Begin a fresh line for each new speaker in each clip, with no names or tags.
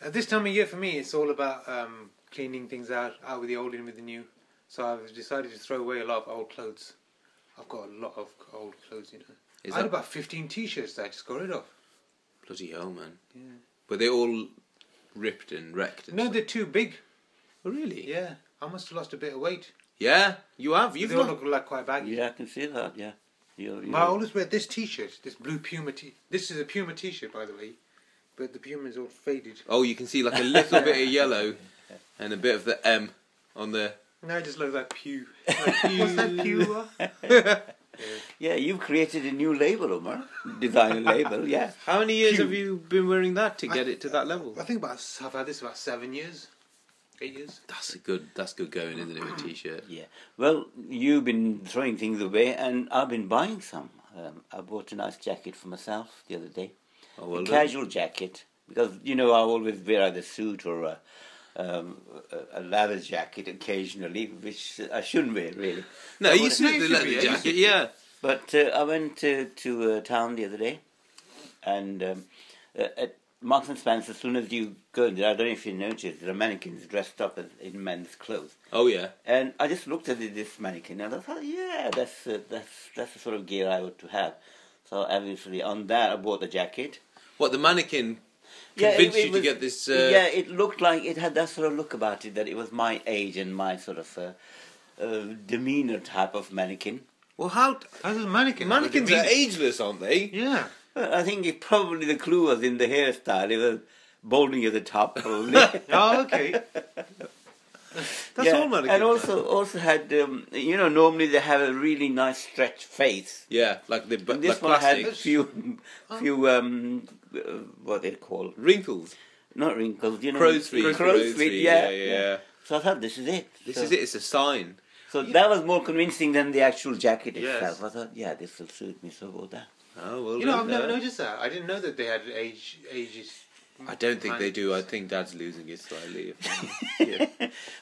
At Uh, this time of year for me, it's all about um, cleaning things out, out with the old, in with the new. So I've decided to throw away a lot of old clothes. I've got a lot of old clothes, you know.
Is
I had
that-
about 15 t-shirts that I just got rid of.
Bloody hell, man.
Yeah.
But they all ripped and wrecked and
No,
stuff.
they're too big.
Oh, really?
Yeah, I must have lost a bit of weight.
Yeah, you have. You've
they all
not...
look like quite baggy.
Yeah, I can see that. Yeah, you're,
But I always wear this t-shirt, this blue Puma t. This is a Puma t-shirt, by the way, but the Puma is all faded.
Oh, you can see like a little bit of yellow and a bit of the M on the.
Now I just look like pew. Like, What's that pew?
yeah, you've created a new label, Omar. Design a label. Yeah,
How many years
Pew.
have you been wearing that to get it to that level?
I think about I've had this about seven years, eight years.
That's a good. That's good going, isn't it? With a t-shirt.
yeah. Well, you've been throwing things away, and I've been buying some. Um, I bought a nice jacket for myself the other day.
Oh well.
a
look.
casual jacket because you know I always wear either suit or a, um, a- a leather jacket occasionally, which I shouldn't wear really.
No,
I
you
wanna-
suit the
should
leather
be, yeah, you
jacket. Yeah.
But uh, I went to to uh, town the other day, and um, uh, at Marks and Spencer, as soon as you go in there, I don't know if you noticed, there are mannequins dressed up as, in men's clothes.
Oh yeah.
And I just looked at this mannequin and I thought, yeah, that's uh, that's that's the sort of gear I ought to have. So obviously on that I bought the jacket.
What the mannequin
Yeah, it-
convinced
it
you to
was-
get this? Uh,
yeah, it looked like it had that sort of look about it that it was my age and my sort of uh, uh, demeanor type of mannequin.
Well, how
How's a mannequin?
mannequins
What
are
do you mean?
ageless, aren't they?
Yeah.
Well, I think it probably the clue was in the hairstyle. It was balding at the top, probably. That's
Oh, okay.
That's all mannequins.
And
are.
also, also had um, you know normally they have a really nice stretched face.
Yeah, like the
And
but like
this one
plastic
had few, few um, uh, what they call
wrinkles,
not wrinkles, you know,
crow's feet,
crow's feet,
yeah, yeah. yeah.
So I thought this is it.
This
So-
is it. It's a sign.
So that was more convincing than the actual jacket
Yes.
itself. I thought, yeah, this will suit me so well. That.
Oh well.
You know, I've
look
never
there.
noticed that. I didn't know that they had age ages.
I don't think they do. I think Dad's losing it slightly.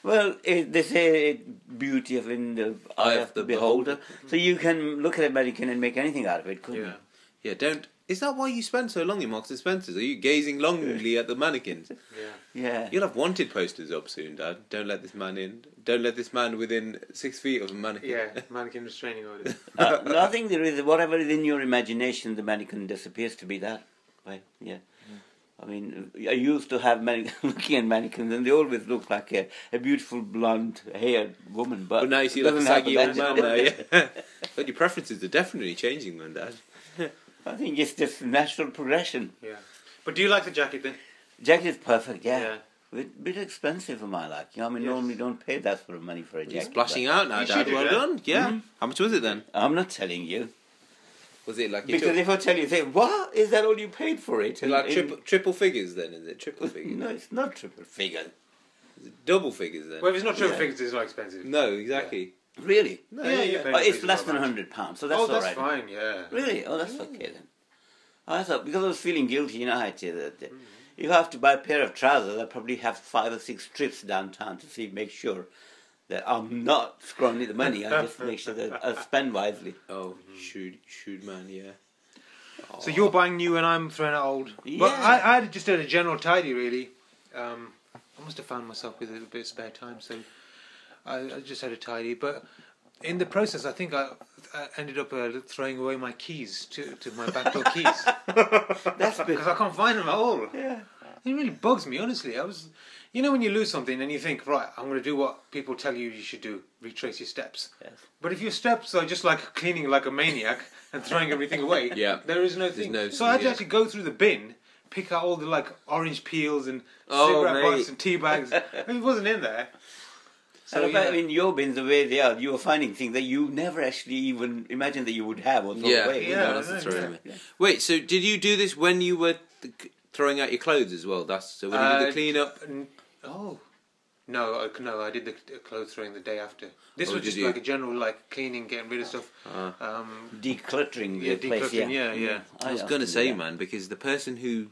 Well, it, they say it, beauty of in the eye of the beholder. So you can look at a mannequin and make anything out of it, couldn't
Yeah.
Yeah, don't. Is that why you spend so long in Marks and Spencers? Are you gazing longingly at the mannequins?
Yeah.
you? Yeah.
You'll have wanted posters up soon, Dad. Don't let this man in. Don't let this man within six feet of a mannequin.
Yeah, mannequin restraining order.
Uh, no, I think there is whatever is in your imagination, the mannequin disappears to be that. Right? Yeah. I mean, I used to have mannequin, looking at mannequins, and they always look like a, a beautiful blonde-haired woman. But,
But now you see like a
doesn't happen
saggy old
that-
man now, yeah. but your preferences are definitely changing then, Dad.
I think it's just natural progression.
Yeah. But do you like the jacket then?
Jacket is perfect, yeah.
Yeah.
Bit, bit expensive for my liking. I mean,
Yes.
normally don't pay that sort of money for a jacket.
You're splashing
but
out now,
You
Dad.
should do
Well
that. Mm-hmm.
done. Yeah. How much was it then?
I'm not telling you
Was it like, you
because
took-
if I tell you, say, "What is that? All you paid for it?" And-
like
and-
triple, triple figures then? Is it triple figures?
No, it's not triple figure.
Double figures then?
Well, if it's not triple
Yeah.
figures, it's not expensive.
no, exactly.
Really?
No,
Yeah, you pay
Oh, it's
for
less
it,
than
not much.
hundred pounds, so that's
oh, that's
all right.
fine. Yeah.
Really? Oh, that's okay then. I thought because I was feeling guilty, you know, I tell you that. uh, If I have to buy a pair of trousers, I probably have five or six trips downtown to see, make sure that I'm not squandering the money. I just make sure that I spend wisely.
Oh,
Mm-hmm.
shoot, shoot, man, yeah.
So you're buying new and I'm throwing out old.
Yeah.
But I, I had just did a general tidy really. Um, I must have found myself with a little bit of spare time, so I, I just had a tidy. But in the process, I think I, I ended up uh, throwing away my keys to, to my back door keys
That's good.
because I can't find them at all.
Yeah.
It really bugs me, honestly. I was, you know, when you lose something and you think, right, I'm going to do what people tell you you should do, retrace your steps.
Yes.
But if your steps are just like cleaning like a maniac and throwing everything away,
Yeah.
there is no thing.
no-
so I had to
yeah.
actually go through the bin, pick out all the like orange peels and
Oh,
cigarette
mate.
butts and tea bags. it wasn't in there. So
and about,
yeah.
in your bins, the way they are, you are finding things that you never actually even imagined that you would have or throw
Yeah,
away.
Yeah,
no, that's
I
the
know,
throwing
yeah.
away. Wait, so did you do this when you were th- c- throwing out your clothes as well? That's so when you did
Uh,
the cleanup.
n- Oh. No, I- no, I did the c- clothes throwing the day after. This
Oh,
was
did
just
you?
like a general like cleaning, getting rid of stuff.
Ah.
Um,
Decluttering
Yeah,
the place.
decluttering, yeah, yeah.
I was
often
gonna
do
say,
that.
man, because the person who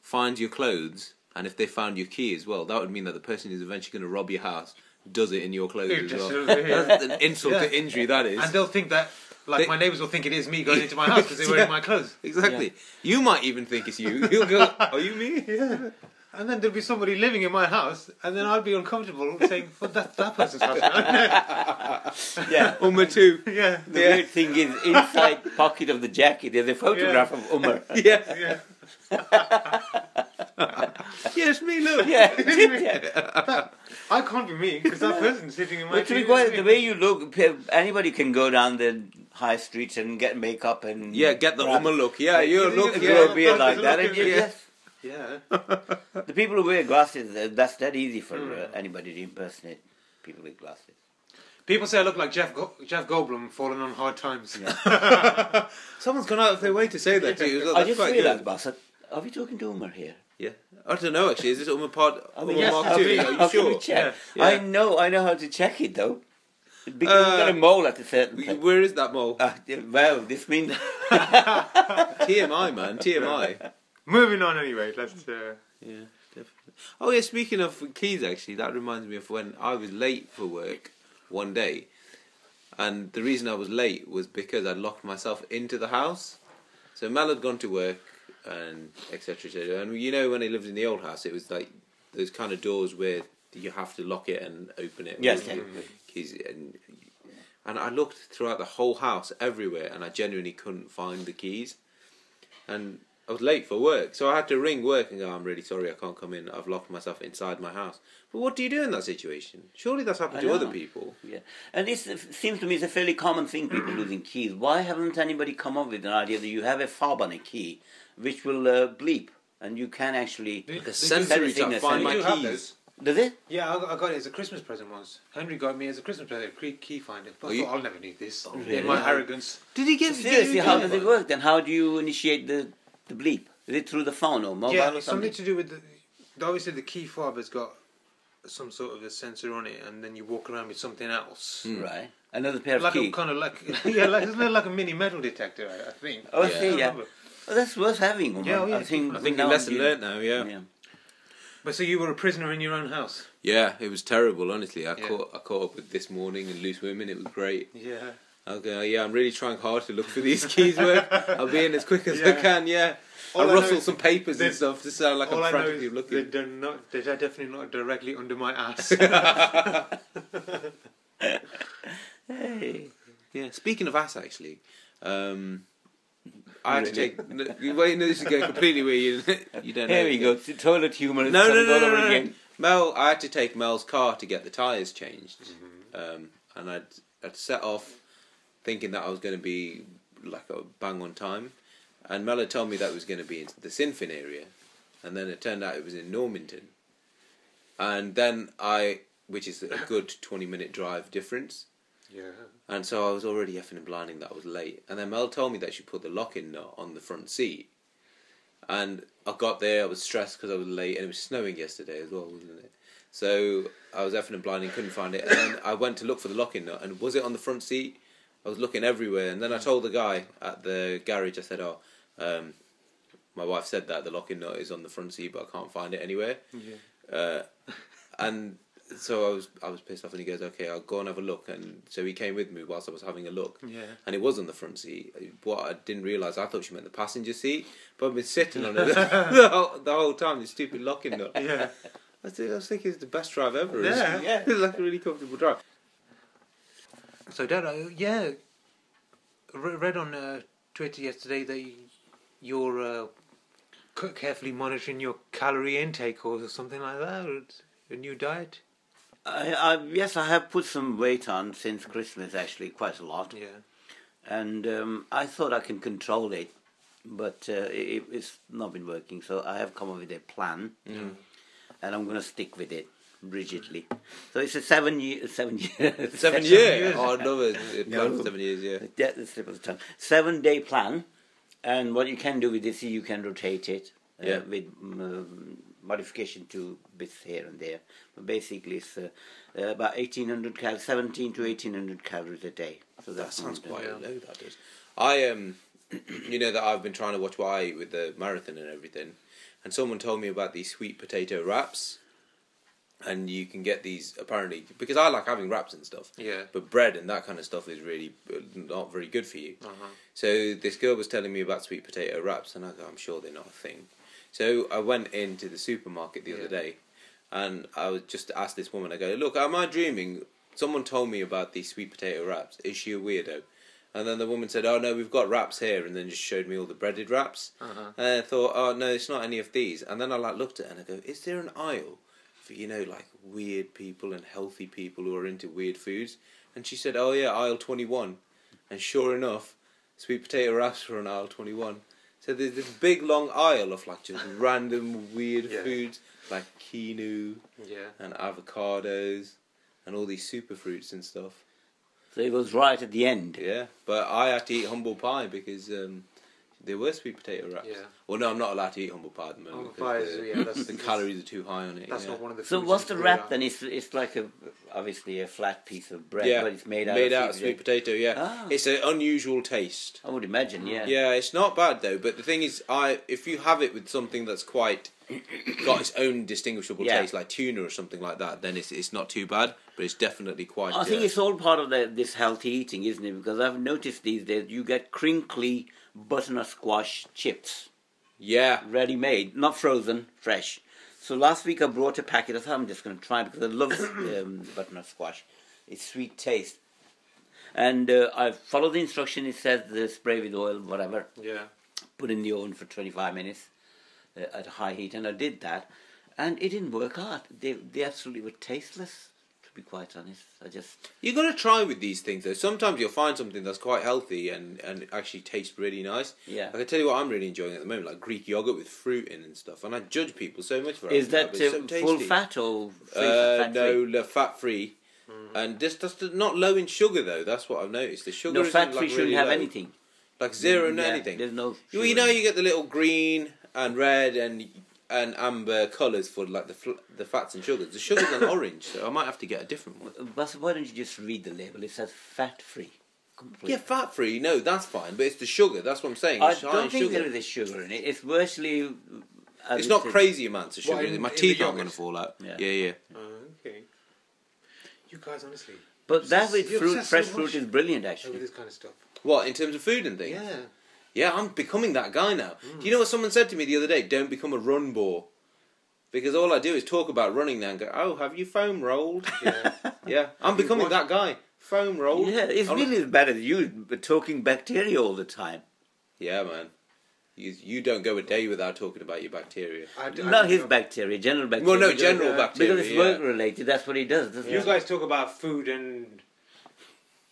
finds your clothes and if they found your key as well, that would mean that the person who's eventually gonna rob your house does it in your clothes
It
as
just
well.
does it, yeah.
That's an insult
Yeah.
to injury. That is
And they'll think that, like,
Mm. They-
my neighbours will think it is me going into my house because they're wearing
Yeah.
my clothes.
"Oh, exactly. You might even think it's you. You'll go, "Are you me?"
and then there'll be somebody living in my house, and then I'll be uncomfortable saying, "Well, that's that person's house." Now.
Yeah.
Umar too.
yeah,
The
Yeah.
weird thing is, inside pocket of the jacket, there's a photograph of Umar.
yeah.
Yeah. Yes, me. Look.
Yeah, yeah.
I can't be me because that person's sitting in my.
Which
TV.
requires the way you look. pe- Anybody can go down the high streets and get makeup and
Yeah, get the
wrap-
Umar look. Yeah, you
you look-
look.
grow a
yeah.
beard like that. And you
Yeah.
just
Yeah,
the people who wear glasses. uh, That's that easy for
Hmm.
uh, anybody to impersonate people with glasses.
people say I look like Jeff Go- Jeff Goldblum falling on hard times.
Someone's gone out of their way to say that to you. as well.
I
That's
just
quite
realised,
good.
Bassett. Are we talking to Umar here?
Yeah. I don't know actually. Is this Umar part?
I
Umar
yes,
Mark
I
two?
think-
Are
how
you
can we
sure?
check?
Yeah.
I know, I know how to check it though, because
Uh,
we've got a mole at a certain place.
Where is that mole?
Ah, yeah, well, this means
TMI, man. TMI.
Moving on anyway. Let's. Uh,
Yeah, definitely. Oh yeah, speaking of keys, actually, that reminds me of when I was late for work one day, and the reason I was late was because I locked myself into the house. So Mal had gone to work and etc. etc. And you know when I lived in the old house, it was like those kind of doors where you have to lock it and open it.
Yes,
with
yeah.
your keys and. And I looked throughout the whole house, everywhere, and I genuinely couldn't find the keys and I was late for work, so I had to ring work and go, I'm really sorry, I can't come in. I've locked myself inside my house. But what do you do in that situation? Surely that's happened
I
to
know.
other people.
Yeah, and this seems to me it's a fairly common thing. People losing keys. Why haven't anybody come up with an idea that you have a fob on a key, which will uh, bleep, and you can actually
They-
The
they
sensory
do-
to find
they
my
do have
keys.
those.
does it?
Yeah, I got, I got it as a Christmas present once. Henry got me as a Christmas present, a key, key finder. But
Oh,
I
you-
thought, I'll never need this.
Really?
In my arrogance.
Did he get
Seriously,
did he
how
do
does
that?
it work? Then how do you initiate the the bleep? Is it through the phone or mobile
yeah,
or
something.
something?
to do with the. Obviously, the key fob has got some sort of a sensor on it, and then you walk around with something else.
Mm. Right, another pair of
Like
keys.
a kind of like yeah, like it's a little like a mini metal detector, I, I think.
Oh,
Yeah.
I see,
I
yeah.
remember.
Oh, that's worth having. Omar.
Yeah, oh, yeah,
I think.
I think
now
your lesson
you-
learned now, yeah. yeah.
Yeah.
But so you were a prisoner in your own house.
it was terrible, honestly. I
Yeah.
caught I caught up with this morning and loose women, it was great.
Yeah.
Okay, yeah, I'm really trying hard to look for these keys work. I'll be in as quick as I
Yeah.
can, yeah.
All I
I
know
rustle
is
some papers and
they-
stuff to sound like
All
I'm
I know
frantically
is they
looking.
do not. They're definitely not directly under my ass.
Hey.
Yeah. Speaking of ass, actually, um, I had to take. No, you- wait, no, this is going completely where you you don't.
Here
know.
we go. t- Toilet humor.
No, no,
comes
no,
all
no,
over
no, no.
again.
Mel, I had to take Mel's car to get the tires changed, um, and I'd I'd set off thinking that I was going to be like a bang on time, and Mel had told me that it was going to be in the Sinfin area, and then it turned out it was in Normanton, and then I, which is a good twenty minute drive difference.
yeah.
And so I was already effing and blinding that I was late. And then Mel told me that she put the lock-in nut on the front seat. And I got there, I was stressed because I was late, and it was snowing yesterday as well, wasn't it? So I was effing and blinding, couldn't find it. And then I went to look for the lock-in nut, and was it on the front seat? I was looking everywhere. And then I told the guy at the garage, I said, oh, um, my wife said that the lock-in nut is on the front seat, but I can't find it anywhere.
Yeah.
Uh, and so I was I was pissed off, and he goes, "Okay, I'll go and have a look." And so he came with me whilst I was having a look.
Yeah.
And it was on the front seat. Uh, What I didn't realise, I thought she meant the passenger seat, but I've been sitting on it the, whole, the whole time. This stupid locking nut. I
Yeah.
was, I was thinking it's the best drive ever.
Yeah.
It's- it's like a really comfortable drive.
So, Dad, I, yeah, re- read on uh, Twitter yesterday that y- you're uh, c- carefully monitoring your calorie intake or something like that, or it's a new diet.
I, I, yes, I have put some weight on since Christmas, actually, quite a lot.
Yeah,
And um, I thought I can control it, but uh, it, it's not been working. So I have come up with a plan, and I'm going to stick with it rigidly. So it's a seven year, seven year,
Seven,
years.
years.
years.
Oh, I love it. It
No.
planned Seven years. Yeah.
Yeah, the slip of the tongue. Seven day plan, and what you can do with this is you can rotate it uh,
Yeah.
with um, modification to bits here and there. But basically, it's uh, uh, about eighteen hundred calories, seventeen to eighteen hundred calories a day. So
That
that's
sounds
not-
quite
Yeah.
low. That does. I um, you know that I've been trying to watch what I eat with the marathon and everything, and someone told me about these sweet potato wraps, and you can get these apparently because I like having wraps and stuff.
Yeah.
But bread and that kind of stuff is really uh, not very
Uh-huh.
good for you. So this girl was telling me about sweet potato wraps, and I go, I'm sure they're not a thing. So I went into the supermarket the
Yeah.
other day, and I was just asked this woman. I go, "Look, am I dreaming?" Someone told me about these sweet potato wraps. Is she a weirdo? And then the woman said, "Oh no, we've got wraps here," and then just showed me all the breaded wraps.
Uh-huh.
And I thought, "Oh no, it's not any of these." And then I like looked at it and I go, "Is there an aisle for you know like weird people and healthy people who are into weird foods?" And she said, "Oh yeah, aisle twenty-one." And sure enough, sweet potato wraps were on aisle twenty-one. So there's this big long aisle of like just random weird
Yeah.
foods like quinoa
Yeah.
and avocados and all these superfruits and stuff.
So it was right at the end.
Yeah, but I had to eat humble pie because um, there were sweet potato wraps.
Yeah.
Well, no, I'm not allowed to eat humble pie at the moment.
Humble
because
pies,
the,
yeah, that's-
the
that's-
calories are too high on it.
That's
yeah.
not one of the.
So
foods
what's
I'm
the
good
wrap
at.
then? It's it's like a obviously a flat piece of bread,
Yeah,
but it's made out
made
of
out of
sweet
sweet potato. Yeah,
Ah.
it's an unusual taste.
I would imagine, yeah.
Yeah, it's not bad though. But the thing is, I if you have it with something that's quite got its own distinguishable
Yeah.
taste, like tuna or something like that, then it's it's not too bad. But it's definitely quite.
I think
uh,
it's all part of the, this healthy eating, isn't it? Because I've noticed these days you get crinkly butternut squash chips,
yeah,
ready made, not frozen, fresh. So last week I brought a packet. I thought I'm just going to try it because I love um, butternut squash. It's sweet taste. And uh, I follow the instruction. It says the spray with oil, whatever.
Yeah.
put in the oven for 25 minutes uh, at high heat, and I did that, and it didn't work out. They they absolutely were tasteless, to be quite honest. I just
you got to try with these things though. Sometimes you'll find something that's quite healthy and and actually tastes really nice.
Yeah.
I can tell you what I'm really enjoying at the moment, like Greek yogurt with fruit in and stuff. And I judge people so much for it.
is that
but it's
uh,
so tasty.
full fat or free
Uh,
fat?
no,
free? Mm-hmm.
the fat free. And just that's not low in sugar though. That's what I've noticed. The sugar
no
isn't,
fat
like,
free shouldn't
really
have
low.
anything. Mm,
like zero and
Yeah,
anything.
There's no.
Well, you
sugar.
know, you get the little green and red and and amber colours for like the fl- the fats and sugars. The sugars are orange, so I might have to get a different one.
But why don't you just read the label? It says fat free. Completely.
Yeah, fat free. No, that's fine, but it's the sugar. That's what I'm saying.
I
It's high in
don't think
sugar.
there is sugar in it. It's uh, virtually. I
It's
would
not
say-
crazy amounts of sugar.
What,
in it.
in-
My
in the
teeth aren't going
yogurt?
to fall out.
Yeah.
Yeah, yeah.
Oh, okay. You guys, honestly,
But that with
You're
fruit,
obsessed
fresh
so
fruit
much
is brilliant
over
actually.
this kind of stuff.
What in terms of food and things?
Yeah.
Yeah, I'm becoming that guy now. Do you know what someone said to me the other day? Don't become a run bore. Because all I do is talk about running now and go, oh, have you foam rolled?
Yeah.
yeah, I'm becoming that guy. Foam rolled.
Yeah, it's
I'm-
really as bad as you talking bacteria all the time.
Yeah, man. You, you don't go a day without talking about your bacteria.
I d- I
Not
don't
his
know.
bacteria, general bacteria.
Well, no,
because-
general
yeah.
bacteria.
Because it's
yeah.
work related, that's what he does. doesn't
You
he?
guys talk about food and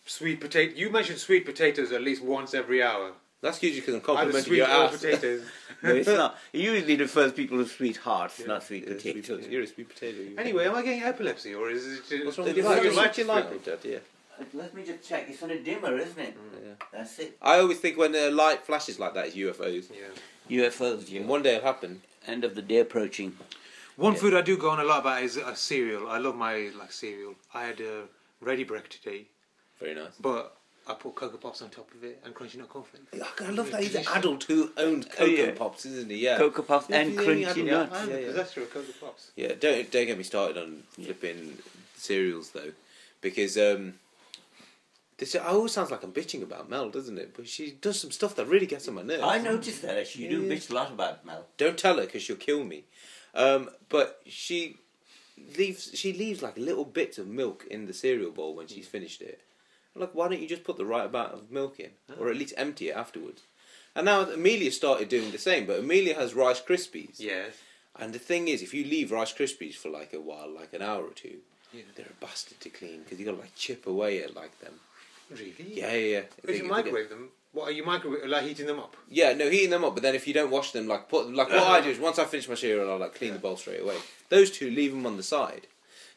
sweet potato. You mentioned sweet potatoes at least once every hour.
That's usually because I'm
Either
complimenting
sweet
your
or
ass.
potatoes.
No, it's not. He usually refers people as sweethearts, not sweet
Yeah, sweet
potatoes.
potato. You're a sweet potato. you-
Anyway, am I getting epilepsy or is it just,
what's wrong with
is
your
it
life?
just
Just watch
like
your
life?
life, Dad, yeah.
Uh, Let me just check. It's on a dimmer, isn't it?
Yeah.
That's it.
I always think when a light flashes like that, it's UFOs.
Yeah.
UFOs,
And
you.
one day it'll happen.
End of the day approaching.
One food I do go on a lot about is a cereal. I love my like cereal. I had a ready break today,
Very nice.
but I put cocoa pops on top of it and crunchy nut cornflakes.
I love that he's an adult who owns Cocoa
yeah.
Pops, isn't he? Yeah.
Cocoa Puffs and
Yeah, yeah,
Crunchy
yeah.
Nuts.
I'm
Oh, Yeah,
a
yeah.
possessor of cocoa pops.
Yeah, don't don't get me started on flipping cereals though, because um, this it always sounds like I'm bitching about Mel, doesn't it? But she does some stuff that really gets on my nerves.
I noticed that actually. You do
Yeah.
bitch a lot about Mel.
Don't tell her because she'll kill me. Um, but she leaves she leaves like little bits of milk in the cereal bowl when
Hmm.
she's finished it. I'm like, why don't you just put the right amount of milk in,
Ah.
or at least empty it afterwards? And now Amelia started doing the same, but Amelia has Rice Krispies.
Yes.
And the thing is, if you leave Rice Krispies for like a while, like an hour or two,
Yeah.
they're a bastard to clean because you got to like chip away at like them.
Really?
Yeah, yeah, yeah. They-
If
they
you
get-
microwave them, what are you microwave like heating them up?
Yeah, no, heating them up. But then if you don't wash them, like put like what I do is once I finish my cereal, I like clean the bowl straight away. Those two leave them on the side.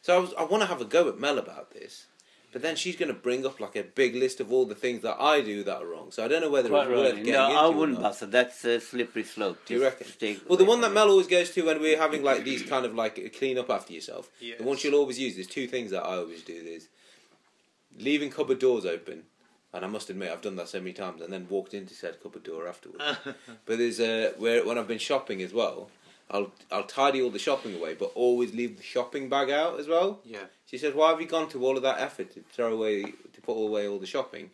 So I, was, I want to have a go at Mel about this, but then she's going to bring up like a big list of all the things that I do that are wrong. So I don't know whether
Quite
it's worth
right.
getting
No, I
into or
wouldn't,
not.
Buster. That's a slippery slope.
Do you
Just
reckon?
stay
Well, the
away
one
from
that
it.
Mel always goes to when we're having like these kind of like clean up after yourself. The one
Yes.
she'll always use. There's two things that I always do. There's leaving cupboard doors open, and I must admit I've done that so many times, and then walked into said cupboard door afterwards. but there's uh, where when I've been shopping as well, I'll I'll tidy all the shopping away, but always leave the shopping bag out as well.
Yeah.
She says, "Why have you gone to all of that effort to throw away to put away all the shopping,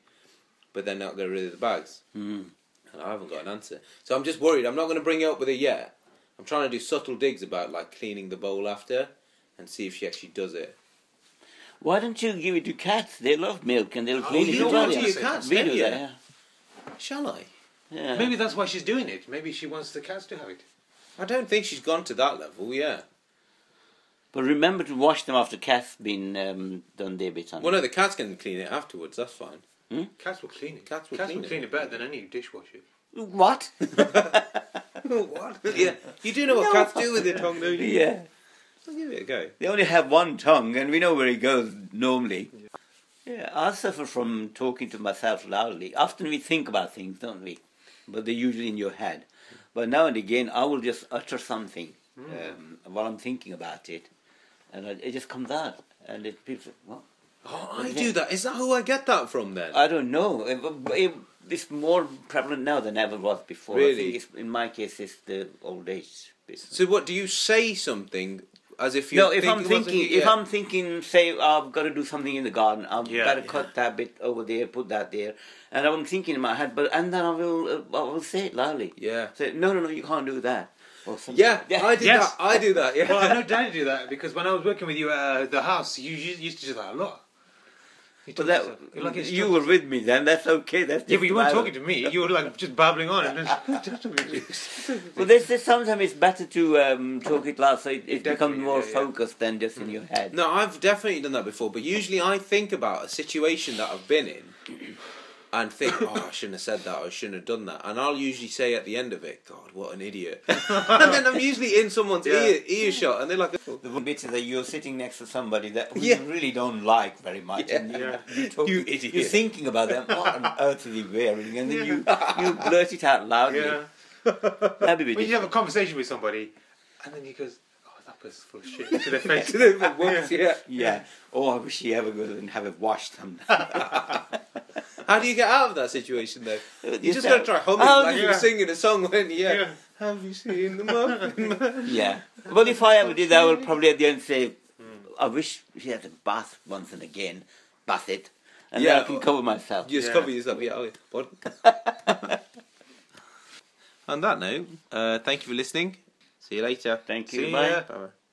but then not get rid of the bags?"
Hmm.
And I haven't got an answer, so I'm just worried. I'm not going to bring it up with her yet. I'm trying to do subtle digs about like cleaning the bowl after, and see if she actually does it.
Why don't you give it to cats? They love milk and they'll
Oh,
clean
you
it
don't
for
want to
you.
your cats,
we
don't
do
you?
that.
Shall I?
Yeah. yeah.
Maybe that's why she's doing it. Maybe she wants the cats to have it.
I don't think she's gone to that level. Yeah.
But remember to wash them after cats been um, done their bit on.
Well, no, the cats can clean it afterwards. That's fine.
Cats will clean it.
Cats will clean it.
better than any dishwasher.
What?
what?
yeah, you do know what
No.
cats do with their tongue, don't you?
yeah.
I'll give it a go.
They only have one tongue, and we know where it goes normally. Yeah. I suffer from talking to myself loudly. Often we think about things, don't we? But they're usually in your head. But now and again, I will just utter something um, while I'm thinking about it, and it it just comes out. And it, people say, well,
Oh, I
Yeah.
do that. Is that who I get that from then?
I don't know. It- it- it's more prevalent now than ever was before. I
Really?
think it's, in my case, it's the old age business.
so what do you say something as if you?
no, if I'm thinking, if I'm thinking, say I've got to do something in the garden, I've
Yeah,
got to
yeah.
cut that bit over there, put that there, and I'm thinking in my head, but and then I will, uh, I will say it loudly.
yeah,
Say, no, no, no, you can't do that. Or something.
yeah, I do
Yes.
that. I do that. Yeah.
Well, I know Daddy do that because when I was working with you at uh, the house, you you used to do that a lot. You talk
But that,
to yourself. You're like it's
you
talk-
were with me then. That's okay. That's
yeah, but you weren't talking
justifiable.
to me. You were like just babbling on. And then
Well, they say sometimes it's better to um, talk it loud, so it, it
Definitely,
becomes more
yeah, Mm-hmm. yeah.
focused than just in your head.
No, I've definitely done that before, but usually I think about a situation that I've been in and think, oh, I shouldn't have said that, or I shouldn't have done that. And I'll usually say at the end of it, God, what an idiot. and then I'm usually in someone's
Yeah.
ear, earshot, and they're like, "Oh,
The one bit is that you're sitting next to somebody that we
Yeah.
really don't like very much, and you,
Yeah.
you talk,
You
you
idiot.
are thinking about them. What on earth are they wearing? And then you
Yeah.
you blurt it out loudly.
yeah.
That'd be
When you have a
ridiculous.
conversation with somebody, and then he goes, "Oh, that person's full of shit," to their face.
to the- whoops, yeah.
Yeah. Oh, I wish he ever goes and have it washed them.
How do you get out of that situation, though? You just got to
Yourself.
try humming
How
like
do
you were
you-
singing a song, when yeah.
Yeah.
Have you seen the muffin man?
Yeah. Well, if I ever did, I would probably at the end say,
Hmm.
"I wish he had a bath once and again, bath it, and then
Yeah.
I can cover myself."
You just
Yeah.
cover yourself, yeah. Oh, yeah. What? On that note, uh, thank you for listening. See you later.
Thank you.
See
Bye.
ya.
Bye-bye.